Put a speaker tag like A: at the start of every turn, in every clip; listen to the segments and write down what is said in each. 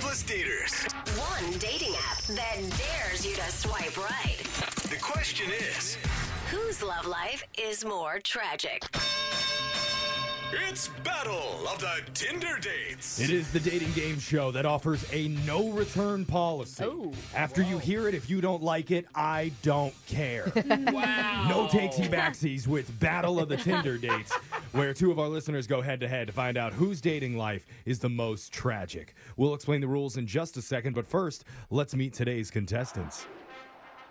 A: Plus daters.
B: One dating app that dares you to swipe right.
A: The question is
B: Whose love life is more tragic?
A: it's Battle of the Tinder Dates.
C: It is the dating game show that offers a no return policy. After you hear it, if you don't like it, I don't care. wow. No takesy backsies with Battle of the Tinder Dates, where two of our listeners go head to head to find out whose dating life is the most tragic. We'll explain the rules in just a second, but first, let's meet today's contestants.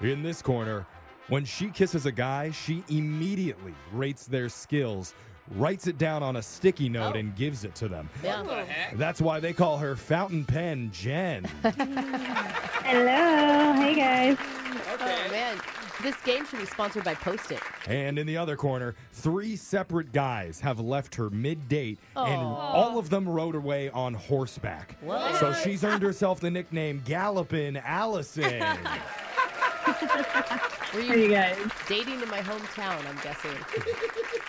C: In this corner, when she kisses a guy, she immediately rates their skills, writes it down on a sticky note, and gives it to them. That's why they call her Fountain Pen Jen.
D: Hello. Hey, guys.
E: Oh man, this game should be sponsored by Post-it.
C: and in the other corner, three separate guys have left her mid date, and all of them rode away on horseback. So she's earned herself the nickname Gallopin' Allison.
E: Were
D: How are you
E: you
D: guys?
E: dating in my hometown? I'm guessing.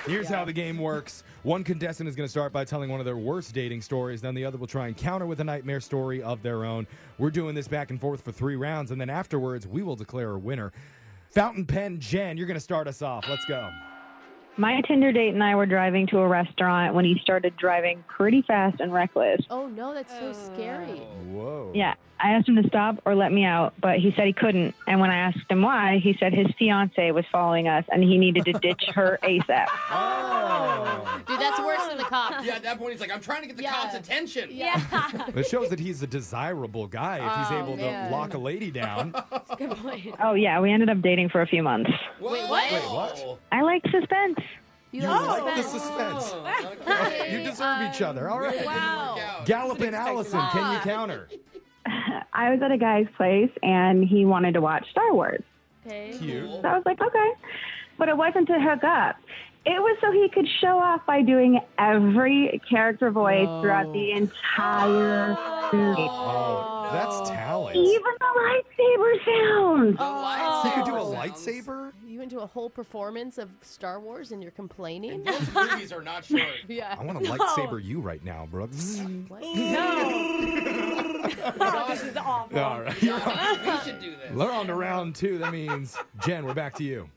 C: Here's how the game works one contestant is going to start by telling one of their worst dating stories, then the other will try and counter with a nightmare story of their own. We're doing this back and forth for three rounds, and then afterwards, we will declare a winner. Fountain Pen Jen, you're going to start us off. Let's go.
D: My Tinder date and I were driving to a restaurant when he started driving pretty fast and reckless.
E: Oh no, that's so scary.
C: Oh. Whoa.
D: Yeah, I asked him to stop or let me out, but he said he couldn't. And when I asked him why, he said his fiance was following us and he needed to ditch her ASAP.
C: Oh.
E: Dude, that's worse than the cops.
F: Yeah, at that point, he's like, I'm trying to get the
E: Yeah.
F: cops' attention.
G: Yeah.
C: It shows that he's a desirable guy if he's
E: Oh,
C: able
E: man.
C: to lock a lady down.
G: Good point.
D: Oh, yeah, we ended up dating for a few months.
F: Whoa.
E: Wait, what? Wait,
C: what?
D: I like suspense.
E: You
C: You
E: love
C: like the
E: suspense.
C: suspense.
F: Oh,
E: Okay.
C: You deserve each other. All right.
G: Wow.
C: Gallup and Allison, can you counter?
D: I was at a guy's place and he wanted to watch Star Wars.
G: Okay.
C: Cute.
D: So I was like, okay. But it wasn't to hook up. It was so he could show off by doing every character voice
E: No.
D: throughout the entire movie.
C: Oh, that's talent.
D: Even the lightsaber sounds.
C: He could do a lightsaber?
E: You went to a whole performance of Star Wars and you're complaining?
F: Those movies are not short.
E: Yeah.
C: I want to lightsaber you right now, bro.
E: What?
G: this is awful.
C: All right.
F: we should do this.
C: We're on to round two. That means, Jen, we're back to you.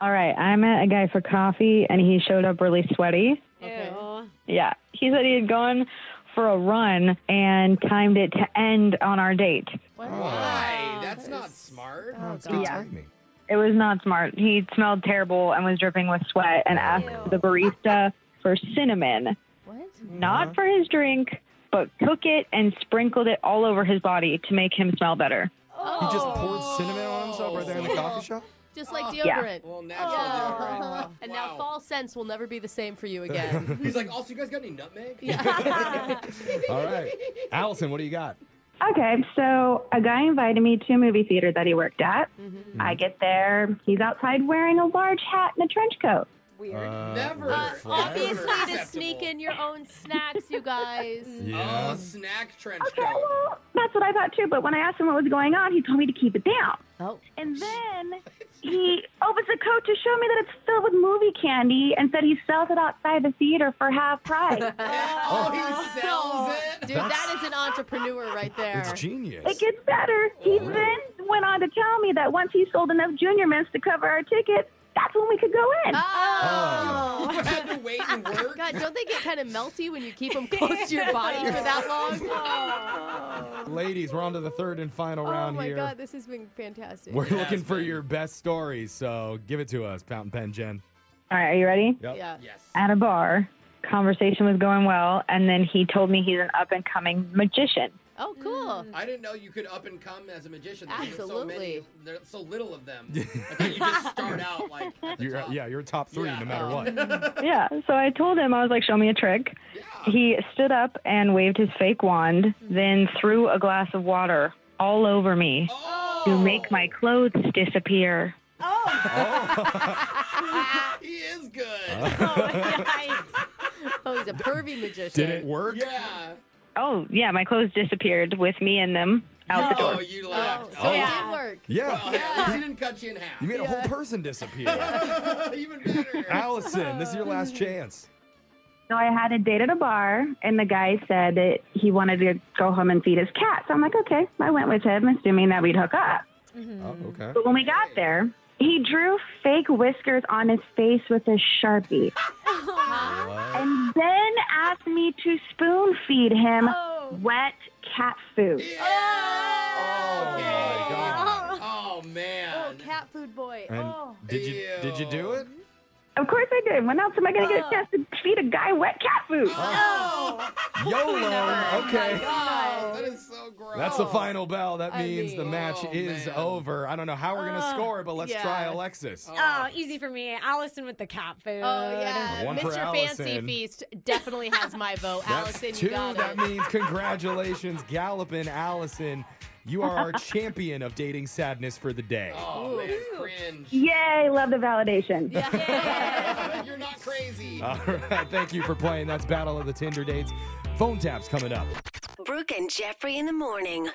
D: All right, I met a guy for coffee and he showed up really sweaty.
E: Okay.
G: Ew.
D: Yeah, he said he had gone for a run and timed it to end on our date.
E: What?
F: Why?
E: Wow,
F: That's
E: Ah, that
F: not
E: is-
F: smart.
E: Oh,
C: It's good
E: God.
C: timing.
D: It was not smart. He smelled terrible and was dripping with sweat and asked
G: Ew.
D: the barista for cinnamon,
E: What?
D: not for his drink, but cook it and sprinkled it all over his body to make him smell better.
C: He just
G: Oh.
C: poured cinnamon on himself right there in the coffee shop?
E: Just like
D: Yeah.
E: deodorant.
F: Well,
E: Oh.
F: naturally, all right.
E: And
F: Wow.
E: now fall scents will never be the same for you again.
F: He's like, also, you guys got any nutmeg?
C: All right. Allison, what do you got?
D: Okay, so a guy invited me to a movie theater that he worked at. I get there, he's outside wearing a large hat and a trench coat.
G: Weird.
F: Never.
E: Uh,
C: flag.
E: obviously, to
F: Acceptable.
E: sneak in your own snacks, you guys.
C: Yeah.
F: Oh, snack trench
D: Okay,
F: coat.
D: well, that's what I thought too. But when I asked him what was going on, he told me to keep it down.
E: Oh,
D: And then he opens the coat to show me that it's filled with movie candy and said he sells it outside the theater for half price.
F: Oh,
E: uh,
F: he sells it.
E: dude, that is an entrepreneur right there.
C: It's genius.
D: it gets better. He then went on to tell me that once he sold enough junior mints to cover our tickets, that's when we could go in.
E: Oh.
F: You had to wait and work.
E: God, don't they get kind of melty when you keep them close to your body for that long?
C: Ladies, we're on to the third and final
E: Oh
C: round
E: my
C: here.
E: God, this has been fantastic.
C: We're looking for
F: man.
C: your best stories, so give it to us, Fountain Pen Jen.
D: All right, are you ready?
C: Yep.
E: Yeah.
F: Yes.
D: At a bar, conversation was going well, and then he told me he's an up and coming magician.
E: Oh, cool.
F: I didn't know you could up and come as a magician. There's So, many,
E: Absolutely.
F: there's so little of them. I thought you just start out like. At the
C: You're,
F: top.
C: yeah, you're top three
F: Yeah.
C: no matter what.
D: Yeah, so I told him, I was like, show me a trick.
F: Yeah.
D: He stood up and waved his fake wand, then threw a glass of water all over me
F: Oh,
D: to make my clothes disappear.
F: he is good.
C: Uh,
E: Oh, he's a pervy magician.
C: Did it work?
F: Yeah.
D: Oh, yeah, my clothes disappeared with me in them out the
F: Oh,
D: door.
F: you
E: Oh,
F: laughed.
E: so
F: Oh,
E: it did work.
C: Yeah.
F: Well, at least he didn't cut you in half.
C: You Ah. made a whole person disappear.
F: Even better.
C: Allison, this is your last chance.
D: So I had a date at a bar, and the guy said that he wanted to go home and feed his cat. So I'm like, okay. I went with him, assuming that we'd hook up.
C: Oh, okay.
D: But when we got there, he drew fake whiskers on his face with a sharpie, and then asked me to spoon feed him
G: Oh.
D: wet cat food.
C: Oh my god.
F: Oh
E: Oh,
F: man.
E: cat food boy.
C: And
E: oh.
C: did you did you do it?
D: Of course I did. When else am I going to get a chance to feed a guy wet cat food?
C: YOLO. Okay.
F: Oh, that is so gross.
C: That's the final bell. That
E: Oh, I
C: means the
E: mean- Uh,
C: match
F: Oh,
C: is
F: man.
C: over. I don't know how we're gonna score, but let's
E: yeah.
C: try Alexis.
G: Oh, easy for me. Allison with the cat food.
E: Oh yeah,
C: One for
E: Mr. Fancy
C: Allison.
E: Feast definitely has my vote.
C: That's
E: Allison,
C: two.
E: you got
C: That
E: it.
C: means congratulations, Gallopin' Allison. You are our champion of dating sadness for the day.
F: Oh man, cringe.
D: Yay! Love the validation.
F: You're not crazy.
C: All right, thank you for playing. That's Battle of the Tinder Dates. Phone taps coming up.
B: Brooke and Jeffrey in the morning.